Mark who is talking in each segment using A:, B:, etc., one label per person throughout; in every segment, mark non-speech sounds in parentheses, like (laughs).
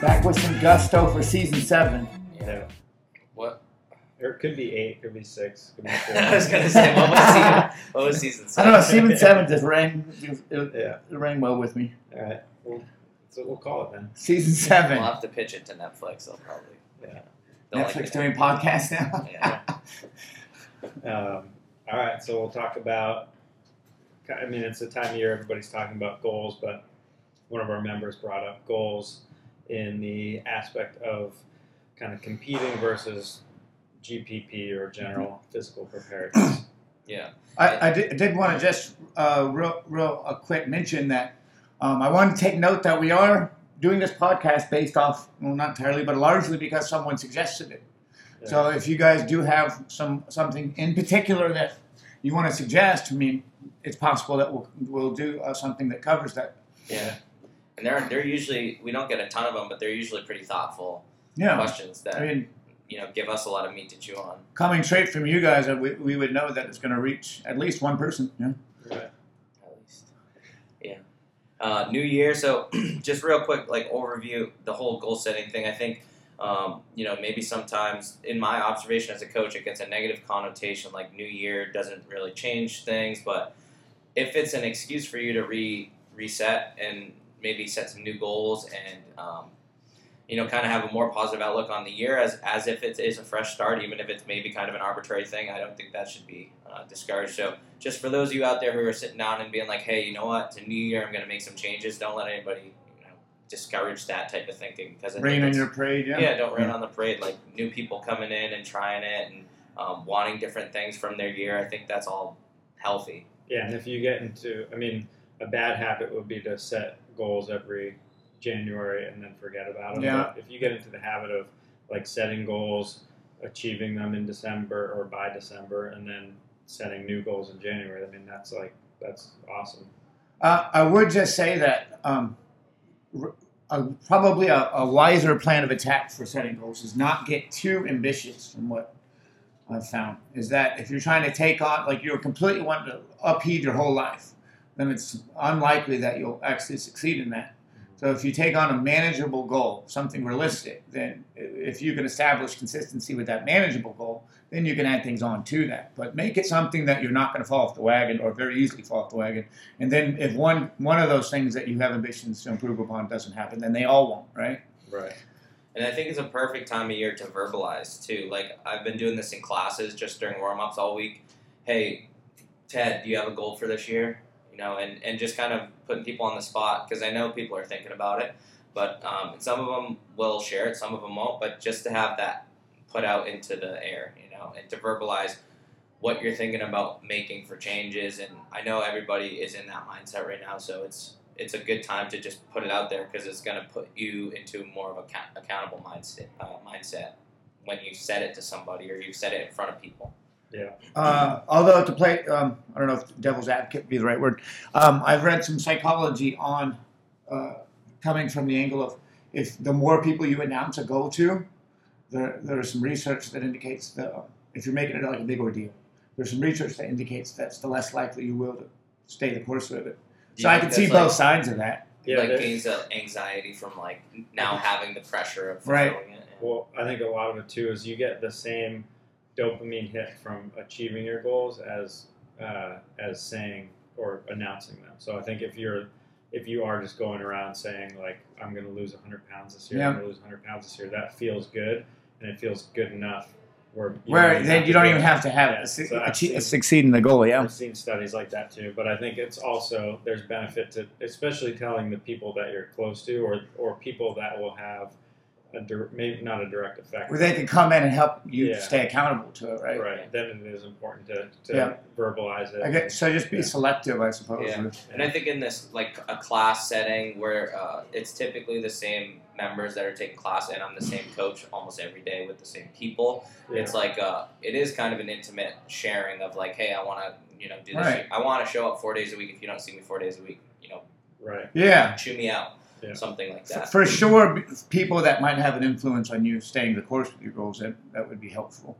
A: Back with some gusto for season
B: (laughs)
A: seven.
B: Yeah. What?
C: Or it could be eight, could be six,
B: (laughs)
C: could be four.
B: I was gonna say what
C: (laughs)
B: was season? What was
A: (laughs)
B: season?
A: I
B: Seven?
A: don't know.
B: (laughs)
A: Season seven just rang. It, it,
C: Yeah.
A: it rang well with me.
C: All right. Well, that's what we'll call it then.
A: Season seven.
B: We'll have to pitch it to Netflix. They'll probably.
C: Yeah.
B: They'll
A: Netflix
B: Like it.
A: doing podcasts now.
B: Yeah.
C: Um, all right. So we'll talk about. I mean, it's the time of year everybody's talking about goals, but one of our members brought up goals in the aspect of kind of competing versus GPP or general
B: Mm-hmm.
C: physical preparedness.
B: yeah.
A: I, I did, did want to just uh, real, real a quick mention that um, I want to take note that we are doing this podcast based off, well, not entirely, but largely because someone suggested it. So if you guys do have some something in particular that you want to suggest, I mean, it's possible that we'll, we'll do uh, something that covers that.
B: Yeah. And they're they're usually we don't get a ton of them, but they're usually pretty thoughtful
A: Yeah,
B: questions that
A: I mean,
B: you know give us a lot of meat to chew on.
A: coming straight from you guys, uh, we, we would know that it's going to reach at least one person. Yeah.
C: Right.
B: at least. Yeah. Uh, new year. So (clears throat) just real quick, like overview the whole goal setting thing. I think um, you know maybe sometimes in my observation as a coach, it gets a negative connotation. Like new year doesn't really change things, but if it's an excuse for you to re reset and maybe set some new goals and um, you know kind of have a more positive outlook on the year as as if it is a fresh start, even if it's maybe kind of an arbitrary thing. I don't think that should be uh, discouraged. So just for those of you out there who are sitting down and being like, hey, you know what, it's a new year, I'm going to make some changes. Don't let anybody, you know, discourage that type of thinking because I think
A: Rain on
B: it's-
A: your parade.
B: yeah, don't rain on the parade. Like new people coming in and trying it and um, wanting different things from their year. I think that's all healthy.
C: Yeah, and if you get into, I mean, a bad habit would be to set goals every January and then forget about them.
A: Yeah.
C: But if you get into the habit of like setting goals, achieving them in December or by December, and then setting new goals in January, I mean, that's like that's awesome.
A: Uh, I would just say that um, r- a, probably a, a wiser plan of attack for setting goals is not get too ambitious. From what I've found, is that if you're trying to take on, like you're completely wanting to upheave your whole life, then it's unlikely that you'll actually succeed in that. So if you take on a manageable goal, something realistic, then i- if you can establish consistency with that manageable goal, then you can add things on to that. But make it something that you're not going to fall off the wagon or very easily fall off the wagon. And then if one one of those things that you have ambitions to improve upon doesn't happen, then they all won't, right?
C: Right.
B: And I think it's a perfect time of year to verbalize too. Like I've been doing this in classes just during warm ups all week. Hey, Ted, do you have a goal for this year? You know, and, and just kind of putting people on the spot because I know people are thinking about it. But um, some of them will share it, some of them won't. But just to have that put out into the air, you know, and to verbalize what you're thinking about making for changes. And I know everybody is in that mindset right now, so it's it's a good time to just put it out there because it's going to put you into more of a ca- accountable mindset uh, mindset when you set it to somebody or you set it in front of people.
A: Uh, although to play, um, I don't know if devil's advocate would be the right word. Um, I've read some psychology on uh, coming from the angle of if the more people you announce a goal to, there there's some research that indicates that uh, if you're making it like a big ordeal, there's some research that indicates that's the less likely you will to stay the course with it.
B: Do you
A: So I can
B: think
A: see
B: that's, like-
A: both sides of that.
C: Yeah.
B: like
C: there's-
B: gains of anxiety from like now having the pressure of
A: Right.
B: fulfilling it. Yeah.
C: Well, I think a lot of it too is you get the same dopamine hit from achieving your goals as uh, as saying or announcing them. So I think if you're if you are just going around saying like I'm going to lose 100 pounds this year, I'm
A: Yeah.
C: going to lose 100 pounds this year, that feels good and it feels good enough where you don't
A: Where
C: even
A: then
C: to
A: you don't
C: do
A: even
C: it.
A: have to have
C: Yeah,
A: a su-
C: so I've
A: achie-
C: seen-
A: succeed in the goal, yeah.
C: I've seen studies like that too, but I think it's also there's benefit to especially telling the people that you're close to or or people that will have a dir- maybe not a direct effect.
A: where they can come in and help you
C: Yeah.
A: stay accountable to it, right?
C: right. Then it is important to, to
A: Yeah.
C: verbalize it.
A: I guess, so just be
C: Yeah.
A: selective, I suppose.
B: Yeah.
A: with-
B: And I think in this like a class setting where uh, it's typically the same members that are taking class and I'm the same coach almost every day with the same people.
C: Yeah.
B: It's like uh, it is kind of an intimate sharing of like, hey, I want to you know do this.
A: Right.
B: I want to show up four days a week. If you don't see me four days a week, you know,
C: right.
A: yeah.
B: chew me out,
C: Yeah.
B: something like
A: F-
B: that.
A: For sure, b- people that might have an influence on you staying the course with your goals, that, that would be helpful.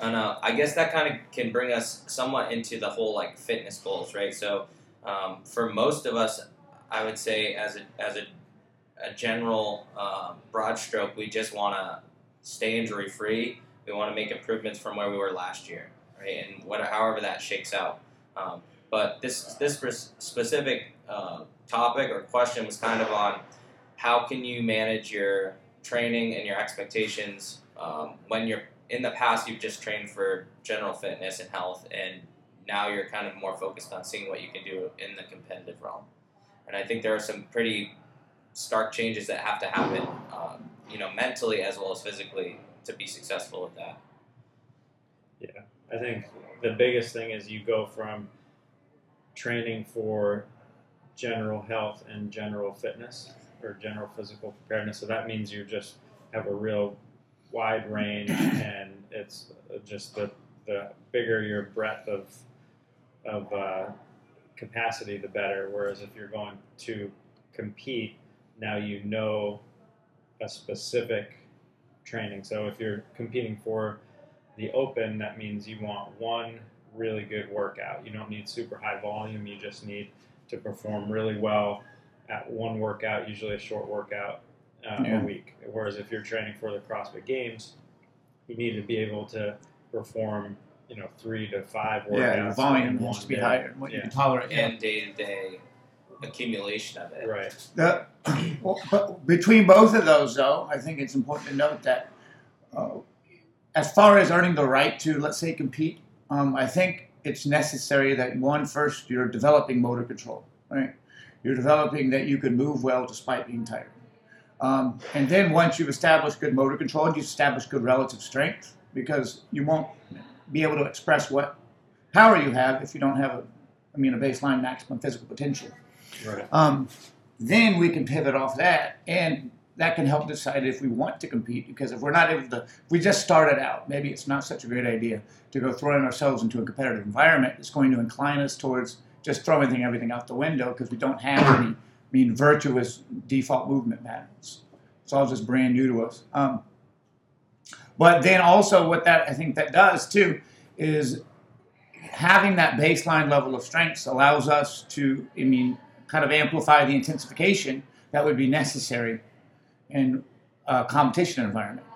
B: And uh, I guess that kind of can bring us somewhat into the whole like fitness goals, right? So um, for most of us, I would say as a as a, a general um, broad stroke, we just want to stay injury free. We want to make improvements from where we were last year, right? And what, however that shakes out. Um, but this this pers- specific uh, topic or question was kind of on how can you manage your training and your expectations um, when you're in the past you've just trained for general fitness and health and now you're kind of more focused on seeing what you can do in the competitive realm and i think there are some pretty stark changes that have to happen um, you know mentally as well as physically to be successful with that
C: I think the biggest thing is you go from training for general health and general fitness or general physical preparedness. So that means you just have a real
A: (clears throat)
C: wide range, and it's just the the bigger your breadth of of uh, capacity, the better. Whereas if you're going to compete, now you know a specific training. So if you're competing for the open, that means you want one really good workout. You don't need super high volume, you just need to perform really well at one workout, usually a short workout uh,
A: Yeah.
C: a week. Whereas if you're training for the CrossFit Games, you need to be able to perform, you know, three to five workouts.
A: yeah, your volume
C: in one
A: has to be
C: day.
A: higher than what you
C: Yeah.
A: can tolerate.
B: and day-to-day accumulation of it
C: Right.
A: The, (clears throat) well, but between both of those, though, I think it's important to note that uh, as far as earning the right to, let's say, compete, um, I think it's necessary that one first you're developing motor control, right? You're developing that you can move well despite being tired. Um, and then once you've established good motor control, you establish good relative strength because you won't be able to express what power you have if you don't have a, I mean, a baseline maximum physical potential
C: Right.
A: um, then we can pivot off that and that can help decide if we want to compete because if we're not able to if we just started out maybe it's not such a great idea to go throwing ourselves into a competitive environment it's going to incline us towards just throwing everything out the window because we don't have any i mean virtuous default movement patterns it's all just brand new to us um, but then also what that i think that does too is having that baseline level of strengths allows us to, I mean, kind of amplify the intensification that would be necessary in a competition environment.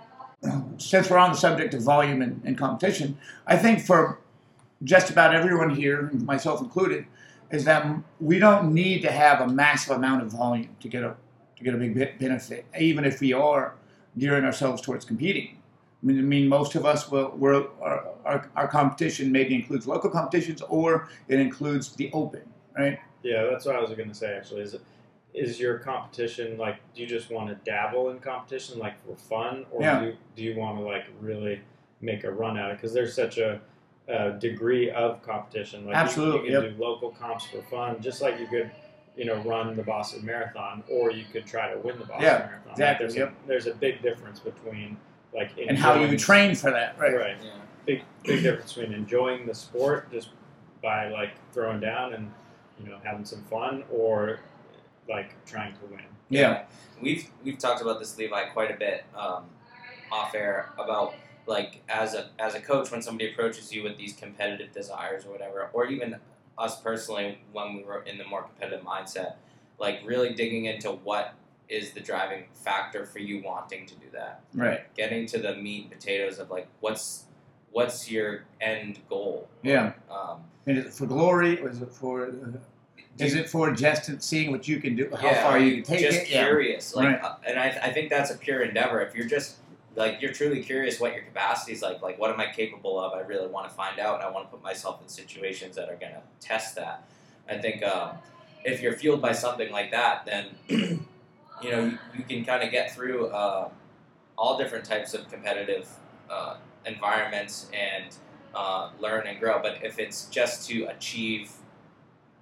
A: Since we're on the subject of volume and, and competition, I think for just about everyone here, myself included, is that we don't need to have a massive amount of volume to get a to get a big be- benefit, even if we are gearing ourselves towards competing. I mean, I mean, most of us will. We're, our, our our competition maybe includes local competitions, or it includes the open, right?
C: Yeah, that's what I was going to say actually. Is is your competition like do you just want to dabble in competition like for fun or
A: Yeah.
C: do you, do you want to like really make a run at it because there's such a, uh degree of competition like you-
A: Absolutely,
C: you, can do local comps for fun just like you could you know run the Boston Marathon or you could try to win the Boston
A: Yeah,
C: Marathon Like,
A: exactly,
C: there's,
A: yep.
C: a, there's a big difference between like
A: And how you
C: enjoying-
A: would train for that, right?
C: right
B: yeah.
C: big big difference between enjoying the sport just by like throwing down and you know having some fun or like trying to win.
A: Yeah,
B: we've we've talked about this Levi quite a bit um, off air about like as a as a coach when somebody approaches you with these competitive desires or whatever, or even us personally when we were in the more competitive mindset, like really digging into what is the driving factor for you wanting to do that
A: right.
B: getting to the meat and potatoes of like what's what's your end goal
A: Yeah.
B: um,
A: And is it for glory? Or is it for? uh, is it for just seeing what you can do? How
B: yeah,
A: far
B: are
A: you can take
B: just
A: it?
B: curious like
A: Right.
B: uh, and I, I think that's a pure endeavor if you're just like you're truly curious what your capacity is like like what am i capable of i really want to find out and i want to put myself in situations that are going to test that i think um, if you're fueled by something like that then (clears throat) you know, you, you can kind of get through uh, all different types of competitive uh, environments and uh, learn and grow. But if it's just to achieve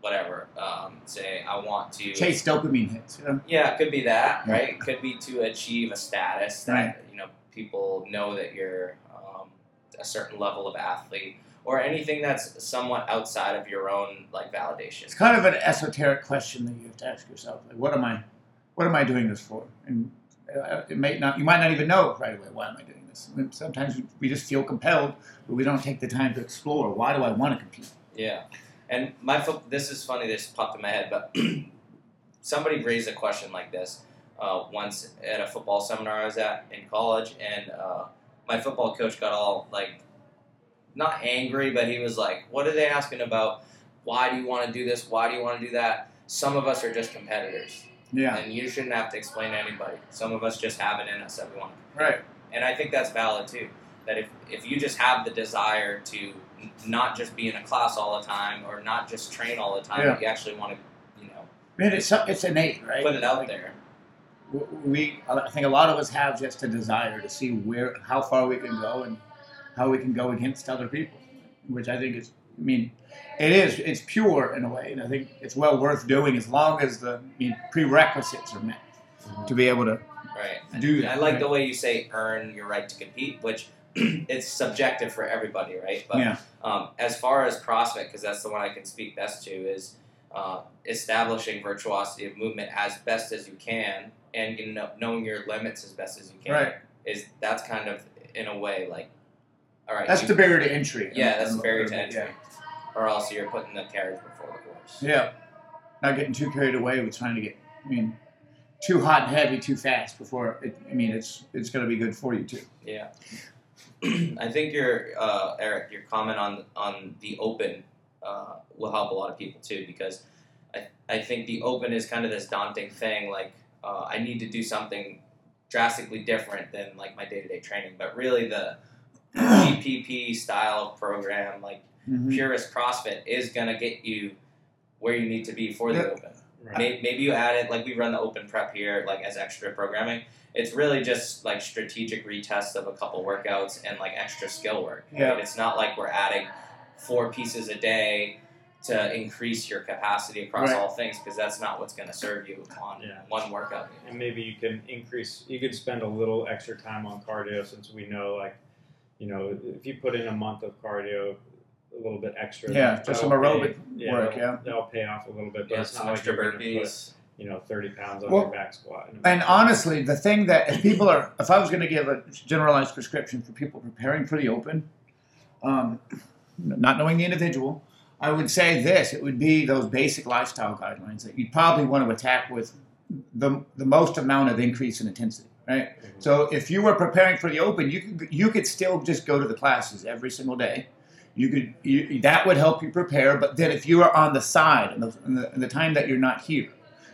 B: whatever, um, say I want to
A: Chase dopamine hits. You know?
B: yeah, it could be that,
A: Yeah.
B: right? It could be to achieve a status that you know people know that you're um, a certain level of athlete, or anything that's somewhat outside of your own like validation.
A: It's kind of an esoteric question that you have to ask yourself. Like, what am I, what am I doing this for? And uh, it may not, you might not even know right away why am I doing this. And sometimes we- we just feel compelled, but we don't take the time to explore why do I want to compete.
B: Yeah, and my fo- this is funny. This popped in my head, but (clears throat) somebody raised a question like this uh, once at a football seminar I was at in college, and uh, my football coach got all like, not angry, but he was like, "What are they asking about? Why do you want to do this? Why do you want to do that?" Some of us are just competitors,
A: Yeah,
B: and you shouldn't have to explain to anybody. Some of us just have it in us that we want to
A: right.
B: and I think that's valid too. That if, if you just have the desire to n- not just be in a class all the time or not just train all the time,
A: Yeah.
B: but you actually want to, you know,
A: And it's it's innate, right?
B: put it
A: Like,
B: out there.
A: we I think a lot of us have just a desire to see where how far we can go and how we can go against other people, which I think is I mean it is it's pure in a way, and I think it's well worth doing as long as the I mean, prerequisites are met to be able to
B: Right.
A: do
B: I
A: that.
B: like the
A: right?
B: way you say earn your right to compete, which (clears throat) it's subjective for everybody, right? But
A: yeah
B: um, as far as CrossFit, because that's the one I can speak best to, is uh, establishing virtuosity of movement as best as you can and you know, knowing your limits as best as you can.
A: Right.
B: Is that's kind of in a way like, all right,
A: that's
B: you
A: the barrier to entry.
B: Yeah, that's
A: Um,
B: very
A: yeah.
B: attention. Or else you're putting the carriage before the horse.
A: Yeah, not getting too carried away with trying to get I mean too hot and heavy too fast before it, I mean it's it's going to be good for you too.
B: (clears throat) I think your uh, Eric, your comment on on the open uh, will help a lot of people too because I I think the open is kind of this daunting thing. Like uh, I need to do something drastically different than like my day to day training, but really the (clears throat) GPP style of program, like
A: Mhm.
B: purist CrossFit, is gonna get you where you need to be for the
A: Yeah.
B: open. Maybe, maybe you add it like we run the open prep here, like as extra programming. It's really just like strategic retests of a couple workouts and like extra skill work.
A: Yeah.
B: Right? It's not like we're adding four pieces a day to increase your capacity across
A: Right.
B: all things because that's not what's going to serve you on
C: Yeah.
B: one workout.
C: and maybe you can increase you could spend a little extra time on cardio since we know like you know if you put in a month of cardio a little bit extra
A: Yeah, just some
C: that'll
A: aerobic
C: pay- yeah,
A: work,
C: that'll,
A: yeah.
C: that'll pay off a little bit but
B: Yeah,
C: it's
B: some
C: not like
B: extra
C: you're gonna put,
B: burpees.
C: you know 30 pounds on
A: Well,
C: your back squat in a
A: And
C: month.
A: honestly, the thing that if people are, if I was going to give a generalized prescription for people preparing for the open, um, not knowing the individual, I would say this: it would be those basic lifestyle guidelines that you probably want to attack with the the most amount of increase in intensity, right?
C: Mhm.
A: So if you were preparing for the open, you could you could still just go to the classes every single day. You could you, that would help you prepare. But then if you are on the side and the, in the, in the time that you're not here,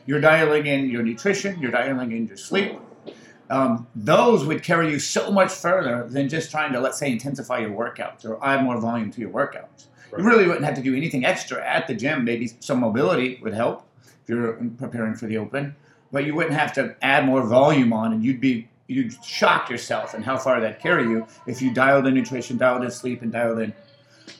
A: you're dialing in your nutrition, you're dialing in your sleep. Um, those would carry you so much further than just trying to let's say intensify your workouts or add more volume to your workouts.
C: Right.
A: You really wouldn't have to do anything extra at the gym. Maybe some mobility would help if you're preparing for the open but you wouldn't have to add more volume on and you'd be you'd shock yourself and how far that carry you if you dialed in nutrition dialed in sleep and dialed in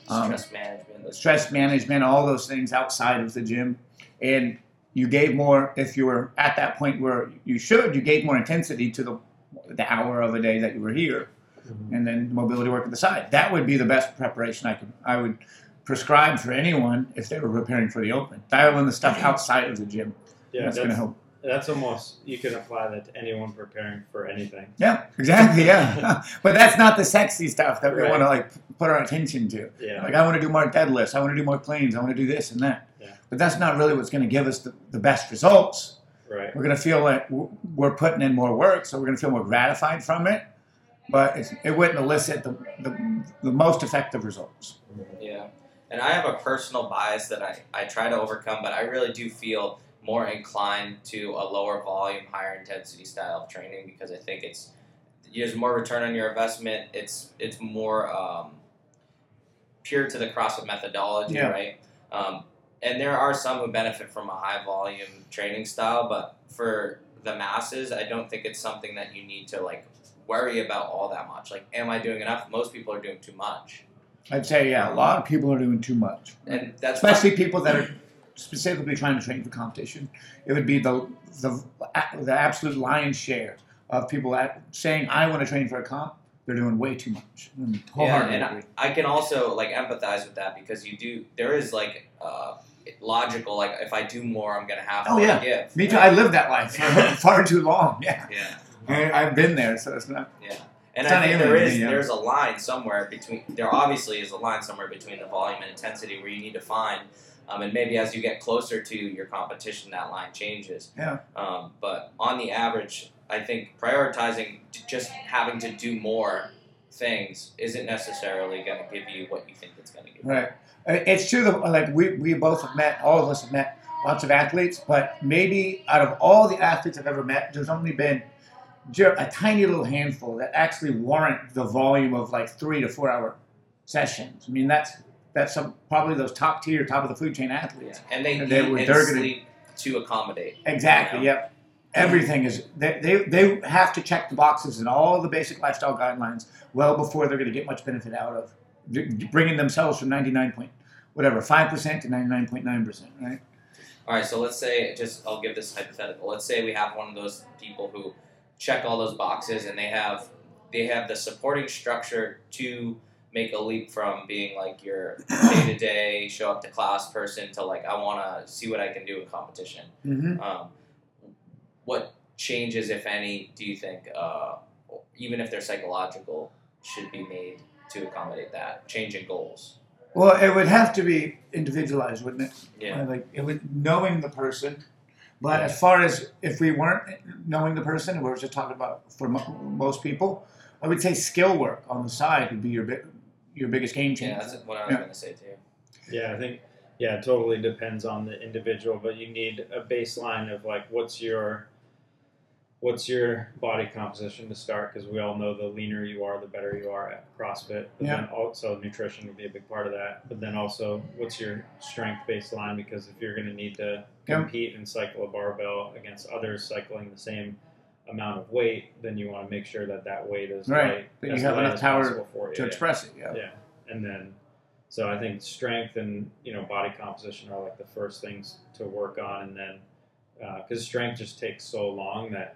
A: um,
B: Stress management. those-
A: stress management all those things outside of the gym and you gave more if you were at that point where you should you gave more intensity to the the hour of a day that you were here
C: Mhm.
A: and then mobility work at the side that would be the best preparation i could i would prescribe for anyone if they were preparing for the open dial in the stuff outside of the gym
C: yeah
A: that's going to help
C: that's almost you can apply that to anyone preparing for anything
A: Yeah, exactly.
C: (laughs)
A: Yeah, but that's not the sexy stuff that we
C: Right.
A: want to like put our attention to.
C: yeah
A: Like, I want to do more deadlifts. I want to do more planes. I want to do this and that.
C: Yeah.
A: But that's not really what's going to give us the, the best results.
C: right
A: We're going to feel like w- we're putting in more work, so we're going to feel more gratified from it. But it's, it wouldn't elicit the, the, the most effective results.
B: Yeah. And I have a personal bias that I, I try to overcome, but I really do feel more inclined to a lower volume, higher intensity style of training because I think it's there's more return on your investment. It's it's more um, pure to the CrossFit methodology,
A: Yeah.
B: right? Um, and there are some who benefit from a high volume training style, but for the masses, I don't think it's something that you need to like worry about all that much. Like, am I doing enough? Most people are doing too much,
A: I'd say yeah, a lot of people are doing too much,
B: and that's why-
A: especially people that are specifically trying to train for competition. It would be the the the absolute lion's share of people at, saying I want to train for a comp. They're doing way too much. Mm,
B: yeah,
A: wholeheartedly
B: and
A: agree.
B: I, I can also like empathize with that because you do. There is like uh, logical. Like, if I do more, I'm gonna have
A: Oh,
B: more
A: yeah.
B: to give.
A: Me too. I
B: right?
A: lived that life (laughs) for far too long. Yeah,
B: yeah.
A: I, I've been there, so it's not.
B: Yeah. And
A: It's
B: I
A: not
B: think
A: alien
B: there
A: to
B: is
A: me, yeah.
B: there's a line somewhere between there obviously is a line somewhere between the volume and intensity where you need to find um, and maybe as you get closer to your competition that line changes.
A: Yeah.
B: Um, but on the average, I think prioritizing t- just having to do more things isn't necessarily going to give you what you think it's going to give. you.
A: Right. Uh, It's true that like we, we both have met, all of us have met lots of athletes, but maybe out of all the athletes I've ever met, there's only been ju- a tiny little handful that actually warrant the volume of like three to four hour sessions. I mean, that's that's some, probably those top tier, top of the food chain athletes.
B: Yeah. And they
A: And they
B: eat
A: were-
B: and
A: they're gonna-
B: sleep to accommodate.
A: Exactly.
B: Yeah.
A: Yep. Everything is they, they they have to check the boxes and all the basic lifestyle guidelines well before they're going to get much benefit out of d- bringing themselves from 99 point whatever 5% to 99.9% right
B: All right, so let's say just I'll give this hypothetical. Let's say we have one of those people who check all those boxes and they have they have the supporting structure to make a leap from being like your day to day show up to class person to like I want to see what I can do in competition.
A: hmm
B: Um, what changes, if any, do you think, uh, even if they're psychological, should be made to accommodate that change in goals?
A: well it would have to be individualized wouldn't it
B: Yeah,
A: like it would knowing the person but as far as if we weren't knowing the person we are just talking about for mo- most people i would say skill work on the side would be your bi- your biggest game changer
B: yeah, that's what I was
A: Yeah.
B: gonna say too.
C: Yeah, I think yeah, it totally depends on the individual, but you need a baseline of like what's your what's your body composition to start because we all know the leaner you are, the better you are at CrossFit. But
A: Yeah.
C: then also nutrition would be a big part of that. But then also what's your strength baseline because if you're going to need to
A: Yeah.
C: compete and cycle a barbell against others cycling the same amount of weight, then you want to make sure that that weight is
A: Right,
C: light,
A: that you
C: as
A: have
C: light
A: enough
C: as
A: power
C: possible for you.
A: to
C: yeah.
A: express it yeah
C: Yeah, and then so I think strength and you know body composition are like the first things to work on, and then because strength just takes so long that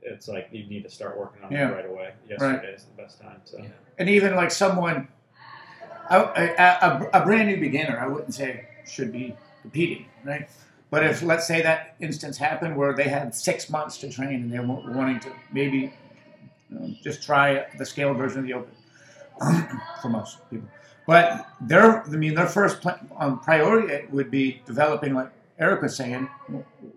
C: it's like you need to start working on
A: Yeah.
C: it right away. Yesterday is the best time. So
B: Yeah.
A: and even like someone, a, a, a, a brand new beginner, I wouldn't say should be competing, right? But if let's say that instance happened where they had six months to train and they were wanting to maybe um, just try the scaled version of the open (clears throat) for most people, but their I mean their first pla um, priority would be developing like Eric was saying,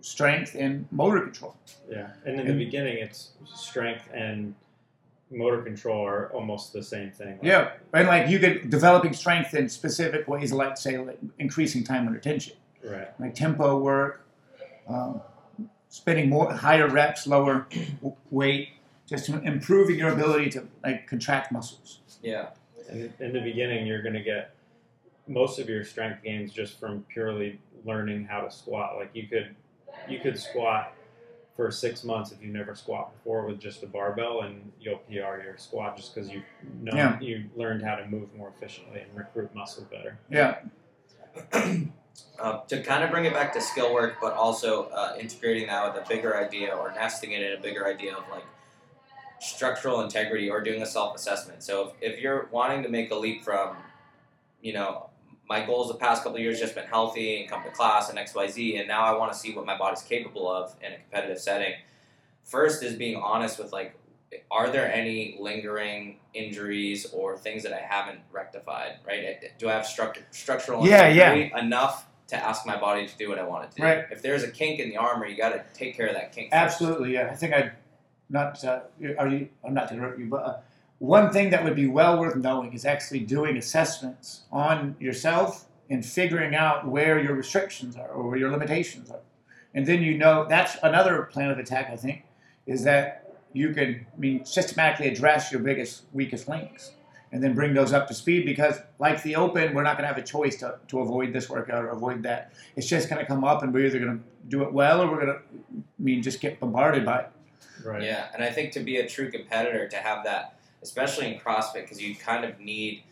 A: strength and motor control.
C: yeah, and in
A: And-
C: the beginning, it's strength and motor control are almost the same thing. Like,
A: Yeah, and like you could developing strength in specific ways, like say like increasing time under tension.
C: right.
A: like tempo work, um, spinning more higher reps, lower w- weight, just improving your ability to like contract muscles.
B: Yeah,
C: In, in the beginning, you're going to get most of your strength gains just from purely learning how to squat. Like you could, you could squat for six months if you never squat before with just a barbell, and you'll PR your squat just because you know
A: Yeah.
C: you learned how to move more efficiently and recruit muscle better.
A: Yeah,
B: uh, to kind of bring it back to skill work, but also uh, integrating that with a bigger idea or nesting it in a bigger idea of like structural integrity or doing a self assessment. So if, if you're wanting to make a leap from, you know, my goals the past couple of years just been healthy and come to class and X Y Z, and now I want to see what my body's capable of in a competitive setting. First is being honest with like, are there any lingering injuries or things that I haven't rectified? Right? Do I have struct- structural
A: Yeah, yeah.
B: integrity enough to ask my body to do what I want it to? do?
A: Right.
B: If there's a kink in the armor, you got to take care of that kink. first.
A: absolutely. Yeah, I think I, not uh, are you? I'm not to interrupt you, but uh, one thing that would be well worth knowing is actually doing assessments on yourself and figuring out where your restrictions are or where your limitations are, and then you know that's another plan of attack. I think is that you can I mean systematically address your biggest weakest links and then bring those up to speed because, like the open, we're not going to have a choice to, to avoid this workout or avoid that. It's just going to come up, and we're either going to do it well or we're going to, I mean, just get bombarded by it.
C: Right.
B: Yeah, and I think to be a true competitor, to have that, especially in CrossFit, because you kind of need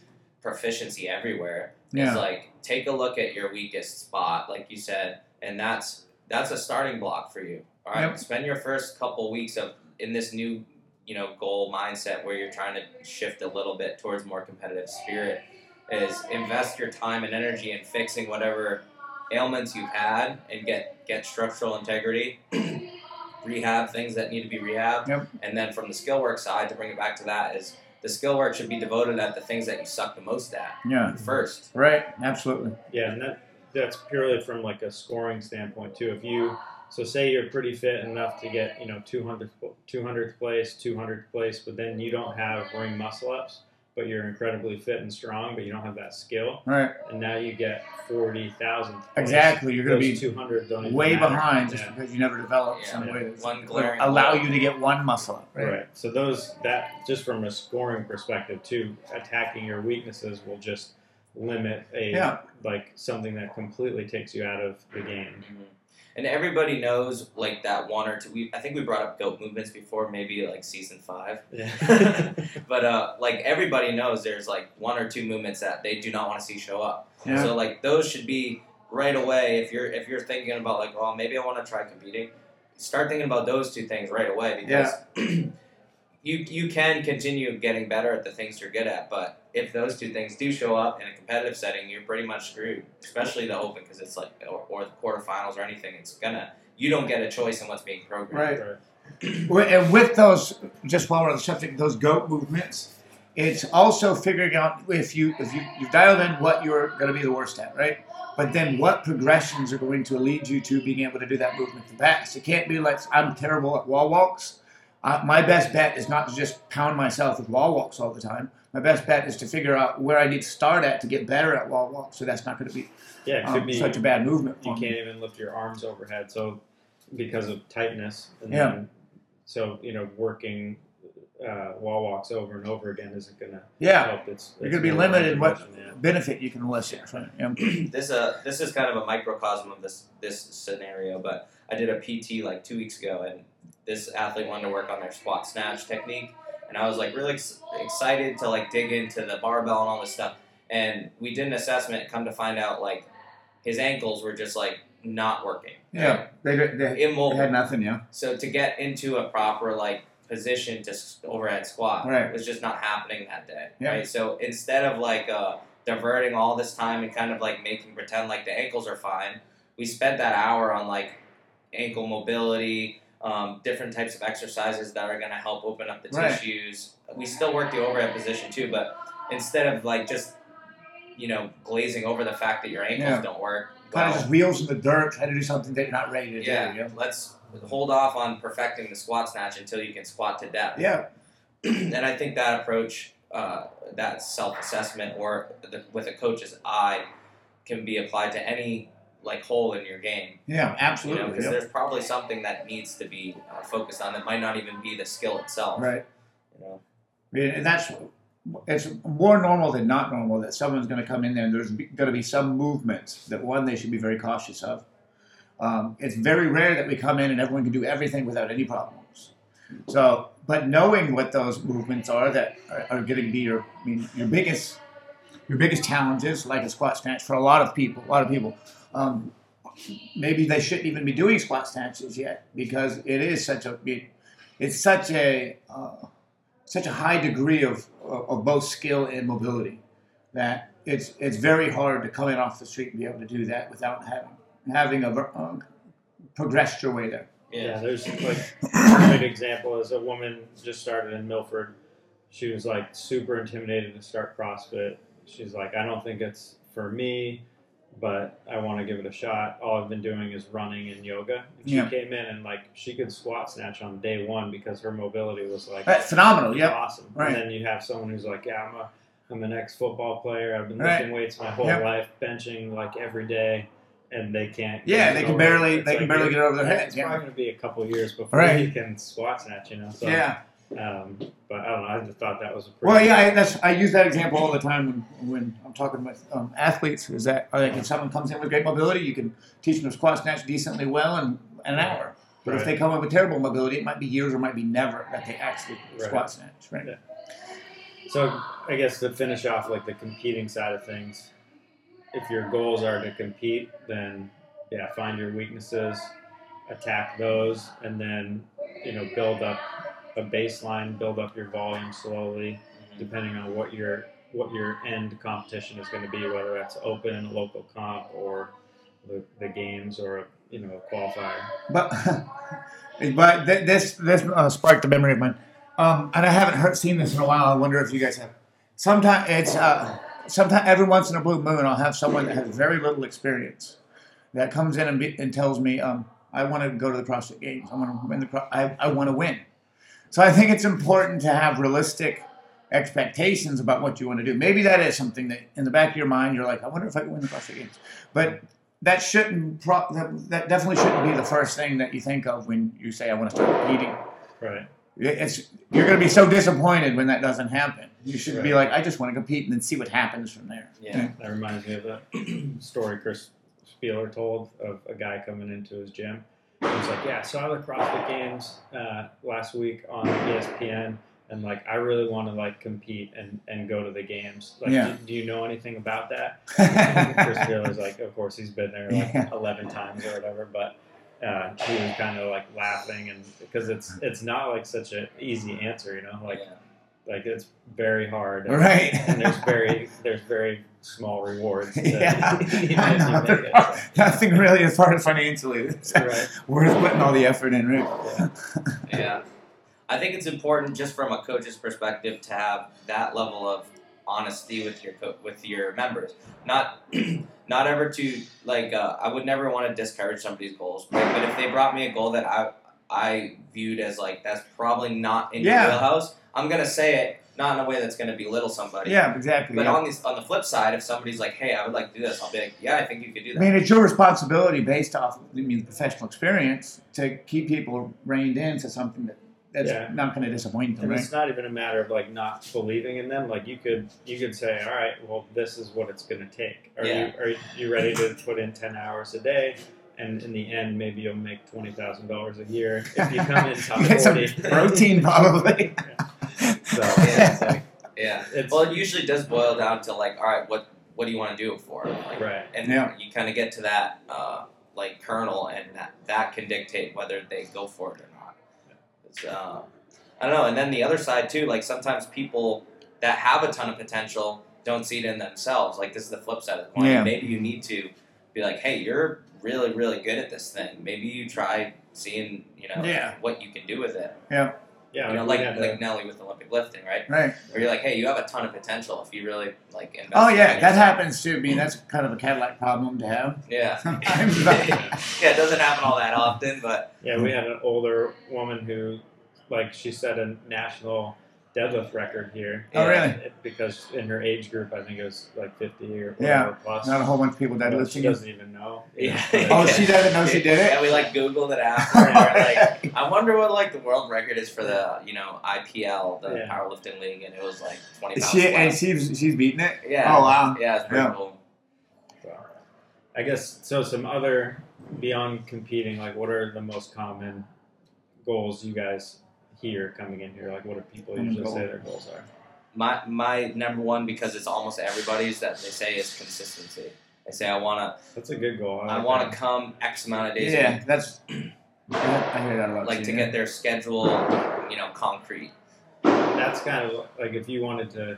B: proficiency everywhere.
A: Yeah.
B: It's like take a look at your weakest spot, like you said, and that's that's a starting block for you. All right,
A: Yep.
B: spend your first couple weeks of in this new you know goal mindset where you're trying to shift a little bit towards more competitive spirit. Is invest your time and energy in fixing whatever ailments you've had and get get structural integrity, (clears throat) rehab things that need to be rehabbed,
A: Yep.
B: and then from the skill work side to bring it back to that is the skill work should be devoted at the things that you suck the most at
A: Yeah.
B: first.
A: Right. Absolutely.
C: Yeah, and that that's purely from like a scoring standpoint too. If you so say you're pretty fit enough to get you know 200th, 200th place, 200th place, but then you don't have ring muscle ups, but you're incredibly fit and strong, but you don't have that skill,
A: Right.
C: and now you get forty thousandth.
A: Exactly. You're going to be
C: two hundred.
A: way behind just
C: Yeah.
A: because you never developed
B: Yeah.
A: some way to
B: One glaring
A: allow
B: hole.
A: you to get one muscle up.
C: Right. So those that just from a scoring perspective too, attacking your weaknesses will just limit a
A: Yeah.
C: like something that completely takes you out of the game.
B: And everybody knows like that one or two. We, I think we brought up goat movements before, maybe like season five.
C: Yeah. (laughs)
B: But uh, like everybody knows, there's like one or two movements that they do not want to see show up.
A: Yeah.
B: So like those should be right away. If you're if you're thinking about like, oh, maybe I want to try competing, start thinking about those two things right away because (clears throat) you you can continue getting better at the things you're good at. But if those two things do show up in a competitive setting, you're pretty much screwed. Especially the Open because it's like or, or the quarterfinals or anything. It's gonna you don't get a choice in what's being
A: Right.
B: programmed.
C: Right.
A: Wi- And with those, just while we're on the subject, those goat movements, it's also figuring out if you if you you've dialed in what you're going to be the worst at, right? But then what progressions are going to lead you to being able to do that movement the best? It can't be like I'm terrible at wall walks. Uh, my best bet is not to just pound myself with wall walks all the time. My best bet is to figure out where I need to start at to get better at wall walks. So that's not going to be
C: Yeah, it could
A: um,
C: be
A: such a bad movement.
C: you
A: for me.
C: can't even lift your arms overhead so because of tightness and
A: Yeah.
C: then, so you know working uh, wall walks over and over again isn't going to
A: Yeah,
C: help it's,
A: you're
C: it's
A: going to be
C: more
A: limited in what
C: motivation, yeah.
A: benefit you can elicit from it. Yeah.
B: this uh this is kind of a microcosm of this this scenario, but I did a PT like two weeks ago, and this athlete wanted to work on their squat snatch technique, and I was like really ex- excited to like dig into the barbell and all this stuff, and we did an assessment. Come to find out, like his ankles were just like not working.
A: Yeah, they, they, they
B: immobile.
A: had nothing, yeah.
B: So to get into a proper like position to s- overhead squat
A: Right.
B: was just not happening that day.
A: Yeah.
B: Right. So instead of like uh, diverting all this time and kind of like making pretend like the ankles are fine, we spent that hour on like ankle mobility, um, different types of exercises that are going to help open up the
A: Right.
B: tissues. We still work the overhead position too, but instead of like just you know glazing over the fact that your ankles
A: Yeah.
B: don't work,
A: Kind
B: well,
A: of just wheels in the dirt, trying to do something that you're not ready to
B: yeah,
A: do. Yeah.
B: let's hold off on perfecting the squat snatch until you can squat to depth.
A: Yeah,
B: (clears throat) and I think that approach, uh, that self-assessment, or the, with a coach's eye, can be applied to any like hole in your game.
A: yeah,
B: You know,
A: absolutely.
B: because
A: yeah.
B: there's probably something that needs to be uh, focused on that might not even be the skill itself.
A: Right.
B: You know.
A: I mean, and that's it's more normal than not normal that someone's going to come in there and there's going to be some movements that one they should be very cautious of. Um, it's very rare that we come in and everyone can do everything without any problems. So, but knowing what those movements are that are, are going to be your, I mean, your biggest, your biggest challenges, like a squat snatch for a lot of people, a lot of people, um, maybe they shouldn't even be doing squat snatches yet because it is such a, it- it's such a. Uh, such a high degree of, of, of both skill and mobility that it's it's very hard to come in off the street and be able to do that without having having a, ver- um, progressed your way there.
C: Yeah,
A: (coughs)
C: there's like a good example is a woman just started in Milford. She was like super intimidated to start CrossFit. She's like, I don't think it's for me, but I want to give it a shot. All I've been doing is running and yoga. And she
A: Yeah.
C: came in and like she could squat snatch on day one because her mobility was like
A: That's Uh, phenomenal. Yep.
C: awesome.
A: Right.
C: And then you have someone who's like, yeah, I'm a, I'm an ex football player. I've been
A: Right.
C: lifting weights my whole
A: Yep.
C: life, benching like every day, and they can't.
A: Yeah,
C: get
A: they can
C: over it.
A: barely
C: It's
A: they can
C: like,
A: barely
C: you're-
A: get over their
C: yeah,
A: heads.
C: It's
A: Yeah.
C: probably going to be a couple years before
A: Right.
C: you can squat snatch, you know. So
A: yeah.
C: Um, but I don't know. I just thought that was a pretty
A: Well, yeah, I, that's I use that example all the time when, when I'm talking with um, athletes. Is that like if someone comes in with great mobility, you can teach them to squat snatch decently well in an hour. But if
C: Right.
A: they come up with terrible mobility, it might be years or might be never that they actually squat snatch. Right.
C: Yeah. So I guess to finish off like the competing side of things, if your goals are to compete, then yeah, find your weaknesses, attack those, and then you know build up a baseline, build up your volume slowly,
B: Mm-hmm.
C: depending on what your what your end competition is going to be, whether that's open, a local comp, or the, the games, or you know a qualifier.
A: But (laughs) but th- this this uh, sparked a memory of mine, um, and I haven't heard, seen this in a while. I wonder if you guys have. Sometimes it's uh, sometimes every once in a blue moon, I'll have someone that has very little experience that comes in and, be, and tells me, um, "I want to go to the CrossFit Games. I want to win the. Cro- I, I want to win." So I think it's important to have realistic expectations about what you want to do. Maybe that is something that in the back of your mind you're like, "I wonder if I can win the CrossFit Games," but that shouldn't pro- that, that definitely shouldn't be the first thing that you think of when you say I want to start competing.
C: Right.
A: It's you're going to be so disappointed when that doesn't happen. You should be like I just want to compete and then see what happens from there.
B: Yeah.
C: That reminds me of a (clears throat) story Chris Spieler told of a guy coming into his gym. He was like, "Yeah, I saw the CrossFit Games uh, last week on E ESPN, and like I really want to like compete and, and go to the games. Like,
A: Yeah.
C: do, do you know anything
A: (laughs)
C: about that?" Chris (laughs)
A: yeah.
C: Spieler's like, "Of course, he's been there like
A: Yeah.
C: eleven times or whatever," but. Uh, he was kind of like laughing, and because it's it's not like such an easy answer, you know, like
B: yeah.
C: like it's very hard. and-
A: right.
C: and there's very there's very small rewards. To,
A: (laughs)
C: (laughs)
A: Yeah.
C: even
A: I
C: if you
A: know. (laughs)
C: make it.
A: Nothing really as far as financially. It's
C: Right.
A: worth putting all the effort in, right?
B: Yeah. I think it's important just from a coach's perspective to have that level of honesty with your co- with your members. Not (clears throat) not ever to like uh, I would never want to discourage somebody's goals, but, but if they brought me a goal that I I viewed as like that's probably not in
A: Yeah.
B: your wheelhouse, I'm going to say it not in a way that's going to belittle somebody.
A: Yeah, exactly.
B: But
A: yeah.
B: on this on the flip side, if somebody's like, "Hey, I would like to do this," I'll be like, "Yeah, I think you could do
A: I
B: that."
A: mean, it's your responsibility based off, I mean, professional experience to keep people reined in to something that, that's
C: Yeah.
A: not going to disappoint them,
C: And
A: right?
C: it's not even a matter of like not believing in them. Like you could you could say, all right, well, this is what it's going to take. Are
B: Yeah.
C: you are you ready to put in ten hours a day? And in the end, maybe you'll make twenty thousand dollars a year if you come in top
A: You get some
C: forty. Oh,
A: protein, probably.
C: (laughs) So
B: Yeah, it's like- yeah.
C: it's
B: Well, it usually does boil down to like, all right, what what do you want to do it for? Like,
C: right.
B: and
A: Yeah.
B: you kind of get to that uh, like kernel, and that that can dictate whether they go for it or not. It's, uh, I don't know. And then the other side too, like sometimes people that have a ton of potential don't see it in themselves. Like this is the flip side of the coin.
A: Yeah.
B: Maybe you need to be like, hey, you're really really good at this thing. Maybe you try seeing you know
A: Yeah.
B: what you can do with it.
C: Yeah,
B: you know,
C: we
B: like
C: had
B: like
C: the-
B: Nelly with Olympic lifting, right?
A: (laughs) right.
B: Where you're like, hey, you have a ton of potential if you really like invest.
A: Oh,
B: in
A: yeah, that
B: yourself.
A: happens too. I mean, that's kind of a Cadillac problem to have.
B: Yeah. (laughs)
A: Sometimes, but-
B: yeah, it doesn't happen all that often, but
C: Yeah, we had an older woman who, like, she set a national deadlift record here.
A: Oh,
B: Yeah.
A: really?
C: It- Because in her age group, I think it was like 50 or
A: Yeah,
C: whatever plus.
A: Not a whole bunch of people
C: Well, she
A: deadlifting.
C: doesn't even know. you know,
B: Yeah.
A: (laughs) oh,
C: but-
A: she doesn't know she did
B: yeah,
A: it?
B: we like Googled it after.
A: (laughs)
B: And we're like, I wonder what like the world record is for the you know IPL, the
C: Yeah.
B: powerlifting league, and it was like twenty pounds.
A: (laughs) She, and
B: less.
A: she's, she's beating it?
B: yeah,
A: Oh, wow.
B: yeah, it's pretty
A: Yeah.
B: cool.
C: so, I guess so. Some other beyond competing, like, what are the most common goals you guys hear coming in here? Like, what do people
A: Common
C: usually
A: goal.
C: say their goals are?
B: My my number one because it's almost everybody's that they say is consistency. They say I wanna
C: That's a good goal. I,
B: I
C: like
B: wanna
C: that.
B: come X amount of days a week.
A: Yeah, that's. I hear that a lot.
B: like to
A: too,
B: get their schedule, you know,
C: (laughs)
B: concrete. (laughs)
C: that's kind of like if you wanted to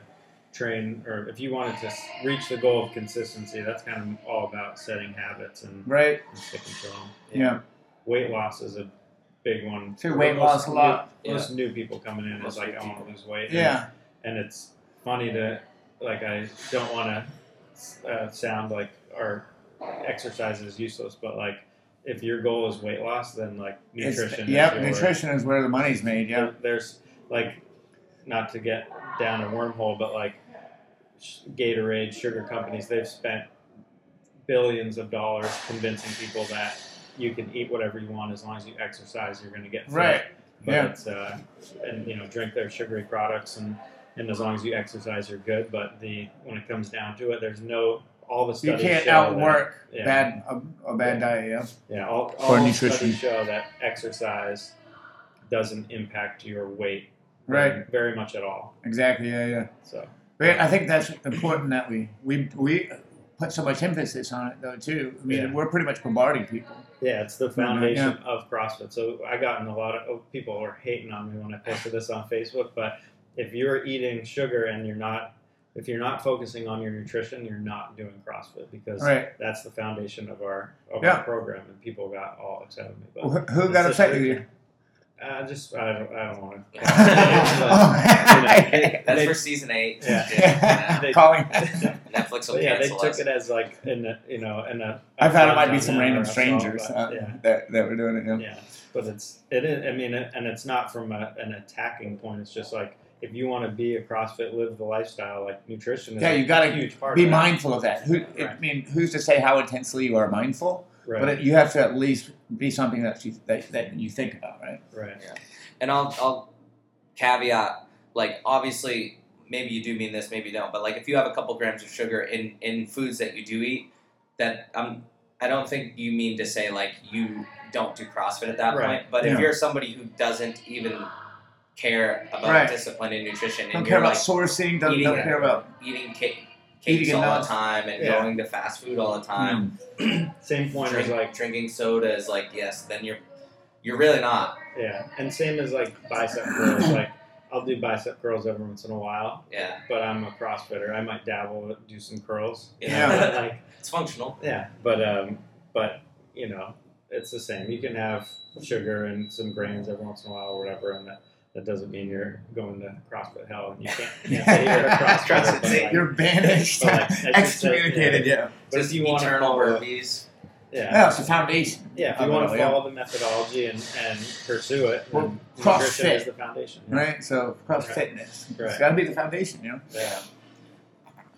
C: train or if you wanted to s- reach the goal of consistency, that's kind of all about setting habits and,
A: Right?
C: and sticking to them.
A: Yeah.
C: Weight loss is a big one.
A: Sure,
C: for
A: weight
C: most
A: loss a
C: new-
A: lot.
C: Most new people coming in is
B: Most
C: like,
B: new
C: I want to
B: people.
C: lose weight. And-
A: Yeah.
C: And, it's funny to, like, I don't want to uh, sound like our exercise is useless, but like, if your goal is weight loss, then like
A: It's-
C: nutrition. is
A: Yep,
C: your-
A: nutrition is where the money's made. Yeah.
C: there- there's like not to get down a wormhole but like sh- gatorade sugar companies they've spent billions of dollars convincing people that you can eat whatever you want as long as you exercise you're going to get fit.
A: Right.
C: but
A: Yeah.
C: it's, uh, and you know drink their sugary products and and as long as you exercise you're good but the when it comes down to it there's no all the
A: You
C: studies
A: can't
C: show that-
A: outwork
C: yeah.
A: bad a, a bad diet. Yeah.
C: yeah all,
A: Or
C: all
A: nutrition.
C: studies show that exercise doesn't impact your weight
A: Right.
C: very much at all
A: Exactly. Yeah. Yeah.
C: so
A: But I think that's important that we we we put so much emphasis on it though too. I mean,
C: Yeah.
A: we're pretty much bombarding people.
C: Yeah, it's the
A: Movement,
C: foundation of CrossFit. So I gotten a lot of oh, people are hating on me when I posted this on Facebook. But if you're eating sugar and you're not, if you're not focusing on your nutrition, you're not doing CrossFit because
A: Right.
C: that's the foundation of our of
A: Yeah.
C: our program. And people got all upset with me.
A: Who,
C: But
A: who got
C: It's
A: upset
C: just-
A: with
C: (laughs)
A: you?
C: I Uh, just I don't I
A: (laughs)
C: don't want to.
A: Oh.
B: That's
C: They-
B: for season eight.
C: Yeah.
B: (laughs)
A: (laughs)
C: They-
A: Calling.
C: (laughs)
B: Netflix will
C: But yeah, they
B: cancel
C: took
B: us.
C: it as like an uh, you know an. a-
A: I thought it
C: a
A: might be
C: down
A: some
C: there
A: random
C: or so,
A: strangers
C: but,
A: uh,
C: yeah.
A: that, that were doing it. Yeah.
C: Yeah, but it's it is. I mean, and it's not from a, an attacking point. It's just like if you want to be a CrossFit, live the lifestyle. Like nutrition is
A: Yeah,
C: a
A: you gotta
C: huge part.
A: Be
C: of that.
A: mindful of that. Who, I
C: Right.
A: mean, who's to say how intensely you are mindful?
C: Right,
A: But it, you have to at least be something that you that, that you think about, right?
C: right.
B: and I'll I'll caveat like obviously maybe you do mean this maybe you don't but like if you have a couple grams of sugar in in foods that you do eat that um I don't think you mean to say like you don't do CrossFit at that
C: Right.
B: point but
A: Yeah.
B: if you're somebody who doesn't even care about
A: Right.
B: discipline and nutrition and
A: Don't care
B: you're
A: about
B: like
A: sourcing. Don't,
B: eating
A: don't
B: it.
A: care about
B: eating cake
A: Eating
B: cakes all
A: enough.
B: the time and
C: Yeah.
B: going to fast food all the time
A: um,
C: Same point
B: drink-
C: as like
B: drinking soda is like yes then you're you're really not
C: yeah, and same as like
A: (coughs)
C: bicep curls. Like I'll do bicep curls every once in a while,
B: yeah
C: but I'm a CrossFitter. I might dabble, do some curls. you know,
A: Yeah.
C: but, (laughs) like
B: (laughs) it's functional
C: yeah, but um, but you know, it's the same. You can have sugar and some grains every once in a while or whatever, and that, that doesn't mean you're going to CrossFit hell and you can't,
A: (laughs)
C: you can't say you're a CrossFitter.
B: CrossFit
C: But,
B: Zing.
C: like,
A: You're banished,
C: But, like, that's just
A: (laughs)
C: it,
A: excommunicated. Yeah.
C: but
B: just
C: if you want to
B: eternal
C: follow,
B: burpees
A: Yeah,
C: yeah,
A: it's a foundation.
C: yeah, if you
A: I'm
C: want
A: gonna lay
C: to
A: up.
C: follow the methodology and, and pursue it,
A: Well,
C: then nutrition
A: CrossFit.
C: is the foundation. yeah.
A: Right, so cross
C: Right.
A: fitness. It's
C: Right.
A: got to be the foundation, you know.
C: Yeah.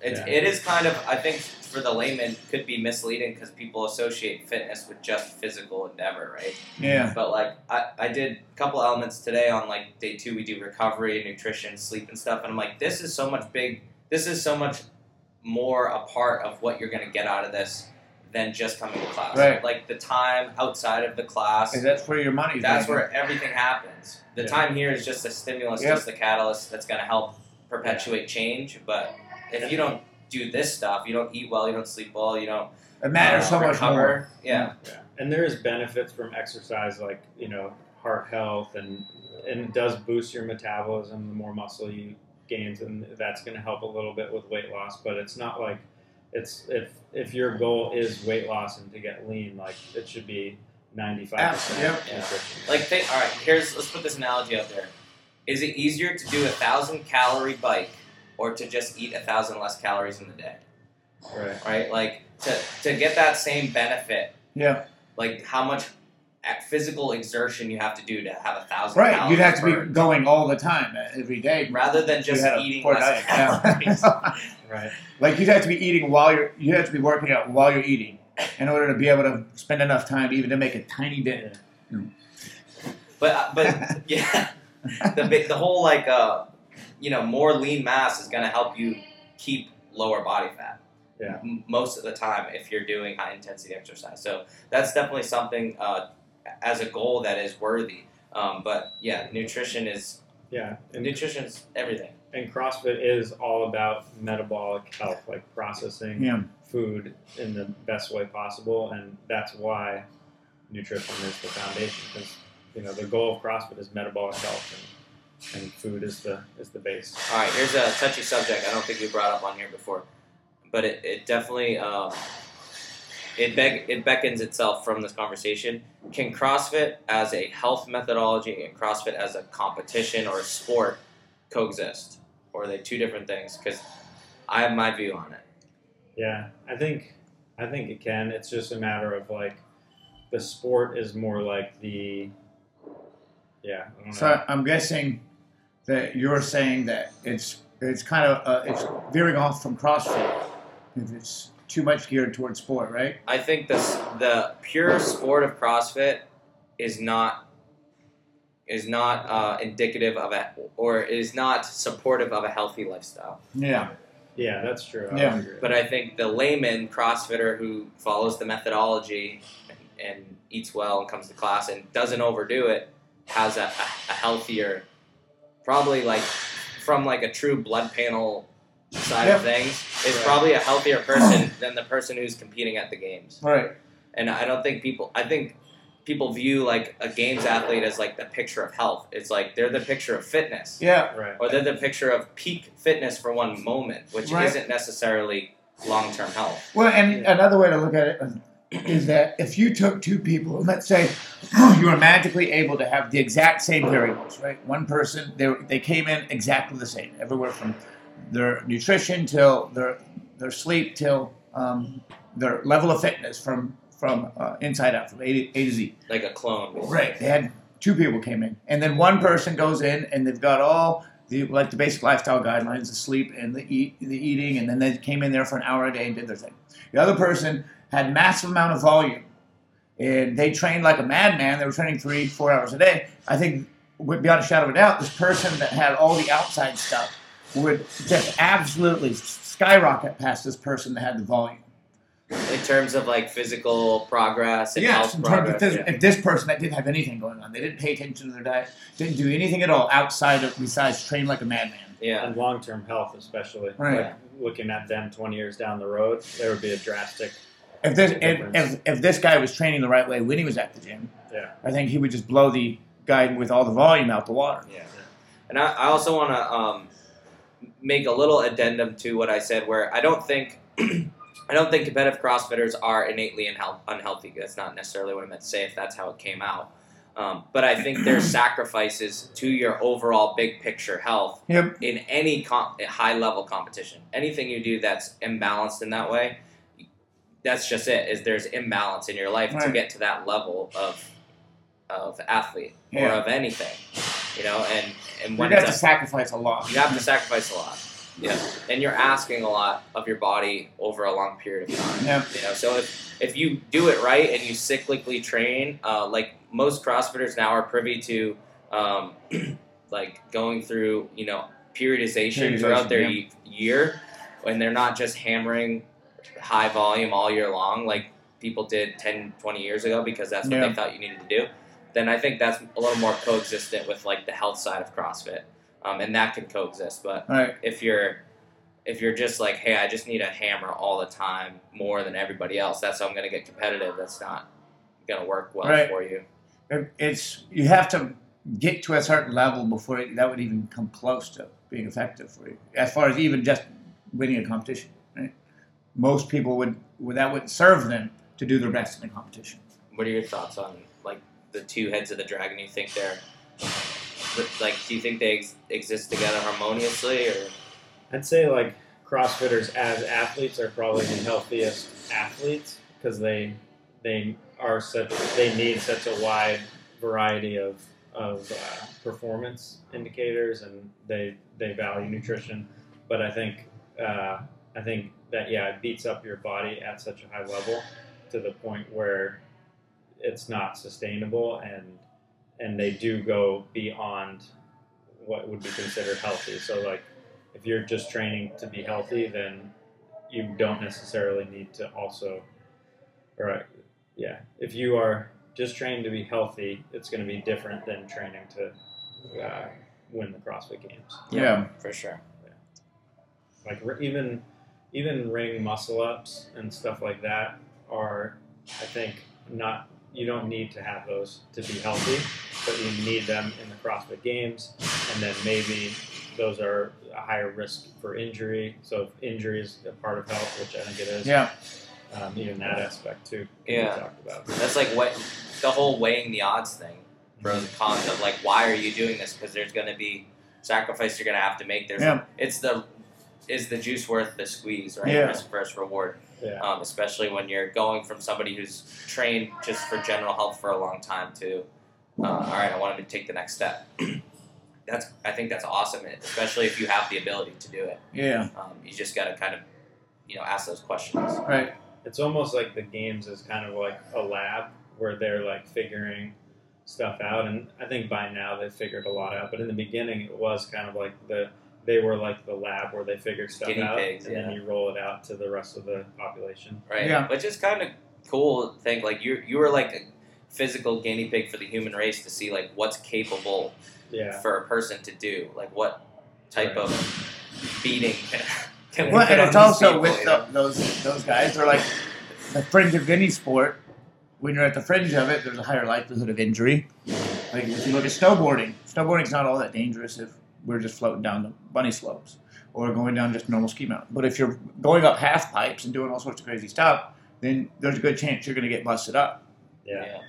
B: It's,
C: Yeah.
B: It is kind of, I think, for the layman, could be misleading because people associate fitness with just physical endeavor, right?
A: Yeah,
B: But like, I, I did a couple elements today on like day two, we do recovery, nutrition, sleep, and stuff. And I'm like, this is so much big, this is so much more a part of what you're going to get out of this than just coming to class.
A: Right.
B: Like the time outside of the class,
A: 'cause that's where your money.
B: that's where everything happens. The
C: Yeah.
B: time here is just the stimulus,
A: Yep.
B: just the catalyst that's going to help perpetuate change. But if you don't do this stuff, you don't eat well, you don't sleep well, you don't
A: it matters
B: uh,
A: so much
B: recover.
A: more.
B: Yeah,
C: Yeah. And there is benefits from exercise, like you know, heart health, and and it does boost your metabolism. The more muscle you gains, and that's going to help a little bit with weight loss. But it's not like it's if if your goal is weight loss and to get lean, like it should be ninety five percent.
A: Abs-
B: yep. like think. All right, here's let's put this analogy out there. Is it easier to do a thousand calorie bike or to just eat a thousand less calories in the day?
C: Right.
B: Right, like to to get that same benefit,
A: Yeah,
B: like how much uh, physical exertion you have to do to have a thousand.
A: right. You'd have
B: calories
A: to be
B: burned.
A: going all the time uh, every day.
B: rather than
A: You
B: just
A: had a
B: eating
A: poor diet,
B: less calories.
A: (laughs) yeah.
C: Right.
A: like you'd have to be eating while you're. You'd have to be working out while you're eating in order to be able to spend enough time even to make a tiny
B: (laughs)
A: dinner.
B: But uh, but yeah, (laughs) the big, the whole like uh, you know, more lean mass is gonna help you keep lower body fat.
C: Yeah.
B: M- most of the time, if you're doing high intensity exercise, so that's definitely something uh, as a goal that is worthy. Um, but yeah, nutrition is
C: Yeah. And
B: nutrition's everything.
C: and CrossFit is all about metabolic health, like processing
A: Yeah.
C: food in the best way possible, and that's why nutrition is the foundation. Because you know the goal of CrossFit is metabolic health, and, and food is the is the base.
B: All right, here's a touchy subject. I don't think we brought up on here before, but it, it definitely um, it beg it beckons itself from this conversation. Can CrossFit as a health methodology and CrossFit as a competition or a sport coexist, or are they two different things? Because I have my view on it.
C: Yeah, I think I think it can. It's just a matter of like the sport is more like the yeah. I don't know.
A: So I'm guessing that you're saying that it's it's kind of uh, it's veering off from CrossFit if it's too much geared towards sport, right?
B: I think this the pure sport of CrossFit is not is not uh, indicative of a or is not supportive of a healthy lifestyle.
A: Yeah.
C: Yeah, that's true. I
A: Yeah.
C: agree.
B: But I think the layman CrossFitter who follows the methodology and, and eats well and comes to class and doesn't overdo it has a, a, a healthier, probably like from like a true blood panel side of things, is
C: Right.
B: probably a healthier person (coughs) than the person who's competing at the games.
A: Right.
B: And I don't think people. I think people view like a games athlete as like the picture of health. It's like they're the picture of fitness
A: Yeah.
C: right.
B: or they're the picture of peak fitness for one moment, which
A: Right.
B: isn't necessarily long term health.
A: Well, and
C: Yeah.
A: another way to look at it um, is that if you took two people, and let's say (clears throat) you were magically able to have the exact same variables, right? One person, they, were- they came in exactly the same, everywhere from their nutrition till their their sleep till um, their level of fitness from from uh, inside out, from A to, A to Z.
B: Like a clone.
A: Right. They had two people came in, and then one person goes in, and they've got all the like the basic lifestyle guidelines, the sleep and the eat, the eating, and then they came in there for an hour a day and did their thing. The other person had massive amount of volume, and they trained like a madman. They were training three, four hours a day. I think, with- beyond a shadow of a doubt, this person that had all the outside stuff would just absolutely skyrocket past this person that had the volume.
B: In terms of like physical progress and
A: Yes,
B: health
A: in terms of
B: progress.
A: phys- if this person that didn't have anything going on, they didn't pay attention to their diet, didn't do anything at all outside of besides train like a madman.
B: yeah.
C: And long term health, especially.
A: Right.
C: Like, looking at them 20 years down the road, there would be a drastic.
A: If this if,
C: Difference.
A: if, if this guy was training the right way when he was at the gym,
C: Yeah.
A: I think he would just blow the guy with all the volume out the water.
B: Yeah. And I, I also want to um, make a little addendum to what I said, where I don't think (clears throat) I don't think competitive CrossFitters are innately unheal- unhealthy. That's not necessarily what I meant to say. If that's how it came out. Um, but I
A: (clears throat)
B: think there's sacrifices to your overall big picture health
A: Yep.
B: in any com- high level competition. Anything you do that's imbalanced in that way, that's just it. Is there's imbalance in your life to
A: Right.
B: get to that level of of athlete or
A: Yeah.
B: of anything, you know. And and
A: You'd
B: when
A: have to
B: it's a,
A: sacrifice a lot.
B: you have to sacrifice a lot, yeah. And you're asking a lot of your body over a long period of time.
A: Yeah.
B: You know, so if, if you do it right and you cyclically train, uh, like most CrossFitters now are privy to, um, (clears throat) like going through you know periodization,
A: Periodization,
B: throughout their
A: yeah.
B: ye- year, and they're not just hammering high volume all year long like people did 10, 20 years ago because that's what
A: Yeah.
B: they thought you needed to do. Then I think that's a little more coexistent with like the health side of CrossFit, um, and that can coexist. But
A: All right.
B: if you're if you're just like, hey, I just need a hammer all the time more than everybody else, that's how I'm gonna get competitive. That's not gonna work well
A: Right.
B: for you.
A: It- It's you have to get to a certain level before it, that would even come close to being effective for you. As far as even just winning a competition, right? Most people would would- that wouldn't serve them to do their best in the competition.
B: What are your thoughts on like the two heads of the dragon? You think they're like, do you think they ex- exist together harmoniously, or
C: I'd say like CrossFitters as athletes are probably the healthiest athletes because they they are such they need such a wide variety of of uh, performance indicators and they they value nutrition. But I think uh, I think that yeah it beats up your body at such a high level to the point where it's not sustainable and and they do go beyond what would be considered healthy. So like if you're just training to be healthy, then you don't necessarily need to also, or uh, yeah, if you are just training to be healthy, it's going to be different than training to uh, win the CrossFit Games.
A: Yeah.
B: for sure?
C: Like r- even even ring muscle ups and stuff like that are, I think, not you don't need to have those to be healthy, but you need them in the CrossFit Games, and then maybe those are a higher risk for injury. So if injury is a part of health, which I think it is.
A: Yeah.
C: Um, even that aspect too. Can
B: Yeah.
C: Be talked about.
B: That's like what the whole weighing the odds thing, pros and cons of like, why are you doing this? Because there's gonna be sacrifice you're gonna have to make. There's
A: Yeah.
B: it's the is the juice worth the squeeze, right?
A: Yeah.
B: Risk versus reward.
C: Yeah.
B: Um, especially when you're going from somebody who's trained just for general health for a long time to, uh, all right, I wanted to take the next step. (clears throat) that's I think that's awesome, especially if you have the ability to do it.
A: Yeah.
B: Um, you just got to kind of, you know, ask those questions.
A: Right.
C: It's almost like the games is kind of like a lab where they're like figuring stuff out. And I think by now they've figured a lot out. But in the beginning, it was kind of like the they were like the lab where they figured stuff
B: Guinea
C: out,
B: pigs,
C: and then you roll it out to the rest of the population.
B: right?
A: Yeah.
B: Which is kind of cool thing. Like you you were like a physical guinea pig for the human race to see like what's capable
C: Yeah,
B: for a person to do, like what type
C: Right.
B: of beating (laughs) can, can we
A: Well,
B: put
A: and
B: on
A: it's
B: these
A: also
B: people,
A: with
B: you know?
A: tho- those those guys. They're like the fringe of any sport. When you're at the fringe of it, there's a higher likelihood of injury. Like if you look at snowboarding, snowboarding's not all that dangerous if we're just floating down the bunny slopes or going down just normal ski mountain. But if you're going up half pipes and doing all sorts of crazy stuff, then there's a good chance you're going to get busted up.
C: yeah,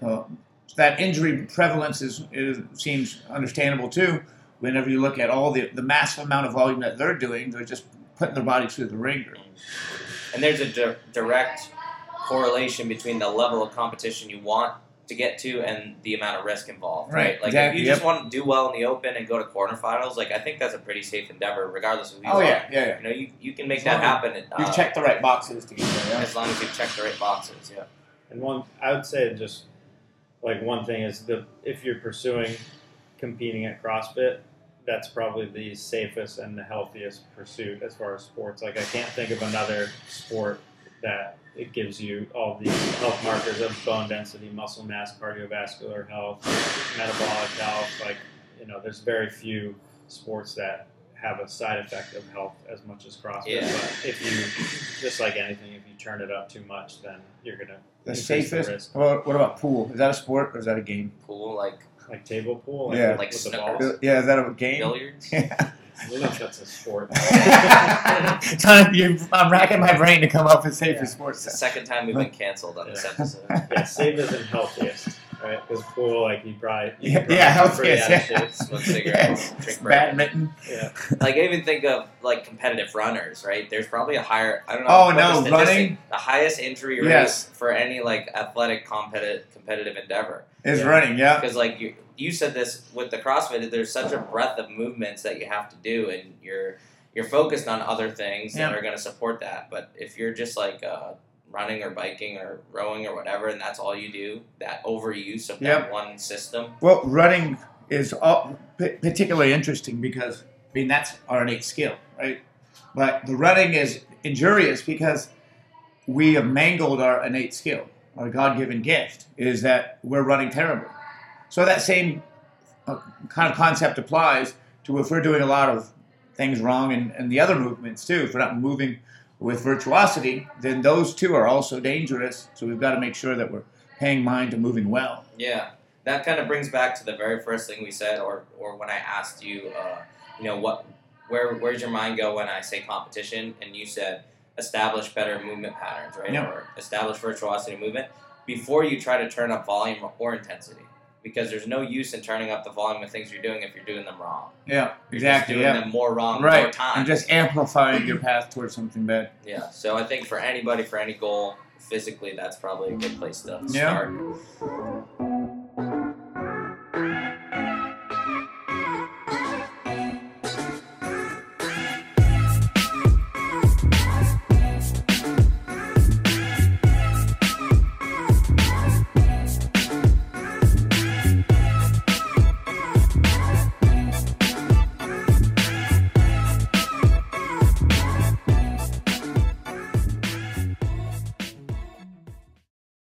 A: So Uh, that injury prevalence is, is seems understandable too. Whenever you look at all the the massive amount of volume that they're doing, they're just putting their body through the ringer.
B: And there's a di- direct correlation between the level of competition you want to get to and the amount of risk involved, right?
A: Right,
B: Like
A: exactly,
B: if you just want to do well in the open and go to quarterfinals, like I think that's a pretty safe endeavor, regardless of who you
A: Oh
B: are.
A: yeah, yeah, yeah.
B: You know, you, you can make
A: As
B: that
A: long as
B: happen. and,
A: You've
B: uh,
A: checked the right boxes to get there.
B: as long as you check the right boxes. Yeah.
C: and one I would say just like one thing is the if you're pursuing competing at CrossFit, that's probably the safest and the healthiest pursuit as far as sports. Like I can't think of another sport that it gives you all these health markers of bone density, muscle mass, cardiovascular health, metabolic health. Like you know, there's very few sports that have a side effect of health as much as CrossFit.
B: Yeah.
C: But if you just like anything, if you turn it up too much, then you're gonna
A: The
C: increase the risk.
A: safest. Well, what about pool? Is that a sport or is that a game?
B: Cool, like
C: Like table pool, like,
A: Yeah.
C: with,
B: Like
C: with the
B: snooker.
C: balls.
A: Yeah, is that a game?
B: billiards.
C: I don't know if that's a sport.
A: (laughs) Time, you, I'm racking my brain to come up with safer
C: Yeah.
B: It's the
A: sports.
B: second time we've been canceled on this
C: Yeah.
B: episode.
A: (laughs)
C: Yeah, safest and healthiest, right? Because pool, like you probably, you
A: Yeah,
C: probably
A: yeah,
C: get pretty
A: healthiest,
C: out of
A: yeah.
C: shape.
B: Smoke cigarettes,
A: Yes.
B: drink bourbon.
A: Badminton.
C: Yeah.
B: Like I even think of like competitive runners, right? There's probably a higher I don't know.
A: Oh,
B: what
A: no,
B: the statistic-
A: running?
B: the highest injury rate
A: Yes.
B: for any like athletic competitive competitive endeavor
A: Is
C: Yeah.
A: running, yeah.
B: because like you you said this with the CrossFit that there's such a breadth of movements that you have to do and you're you're focused on other things that
A: Yeah.
B: are going to support that. But if you're just like uh, running or biking or rowing or whatever, and that's all you do, that overuse of that one system,
A: Well, running is all, p- particularly interesting because, I mean, that's our innate skill, right? But the running is injurious because we have mangled our innate skill, our God given gift, is that we're running terribly. So that same uh, kind of concept applies to if we're doing a lot of things wrong in, in the other movements too. If we're not moving with virtuosity, then those two are also dangerous. So we've got to make sure that we're paying mind to moving well.
B: yeah, that kind of brings back to the very first thing we said, or or when I asked you, uh, you know, what where where's your mind go when I say competition, and you said establish better movement patterns, right,
A: Yeah.
B: or establish virtuosity movement before you try to turn up volume or intensity. Because there's no use in turning up the volume of things you're doing if you're doing them wrong.
A: Yeah,
B: You're just
A: exactly.
B: doing
A: Yeah.
B: them more wrong more
A: Right.
B: time.
A: And just amplifying your path towards something bad.
B: Yeah. So I think for anybody, for any goal, physically, that's probably a good place to
A: Yeah.
B: start.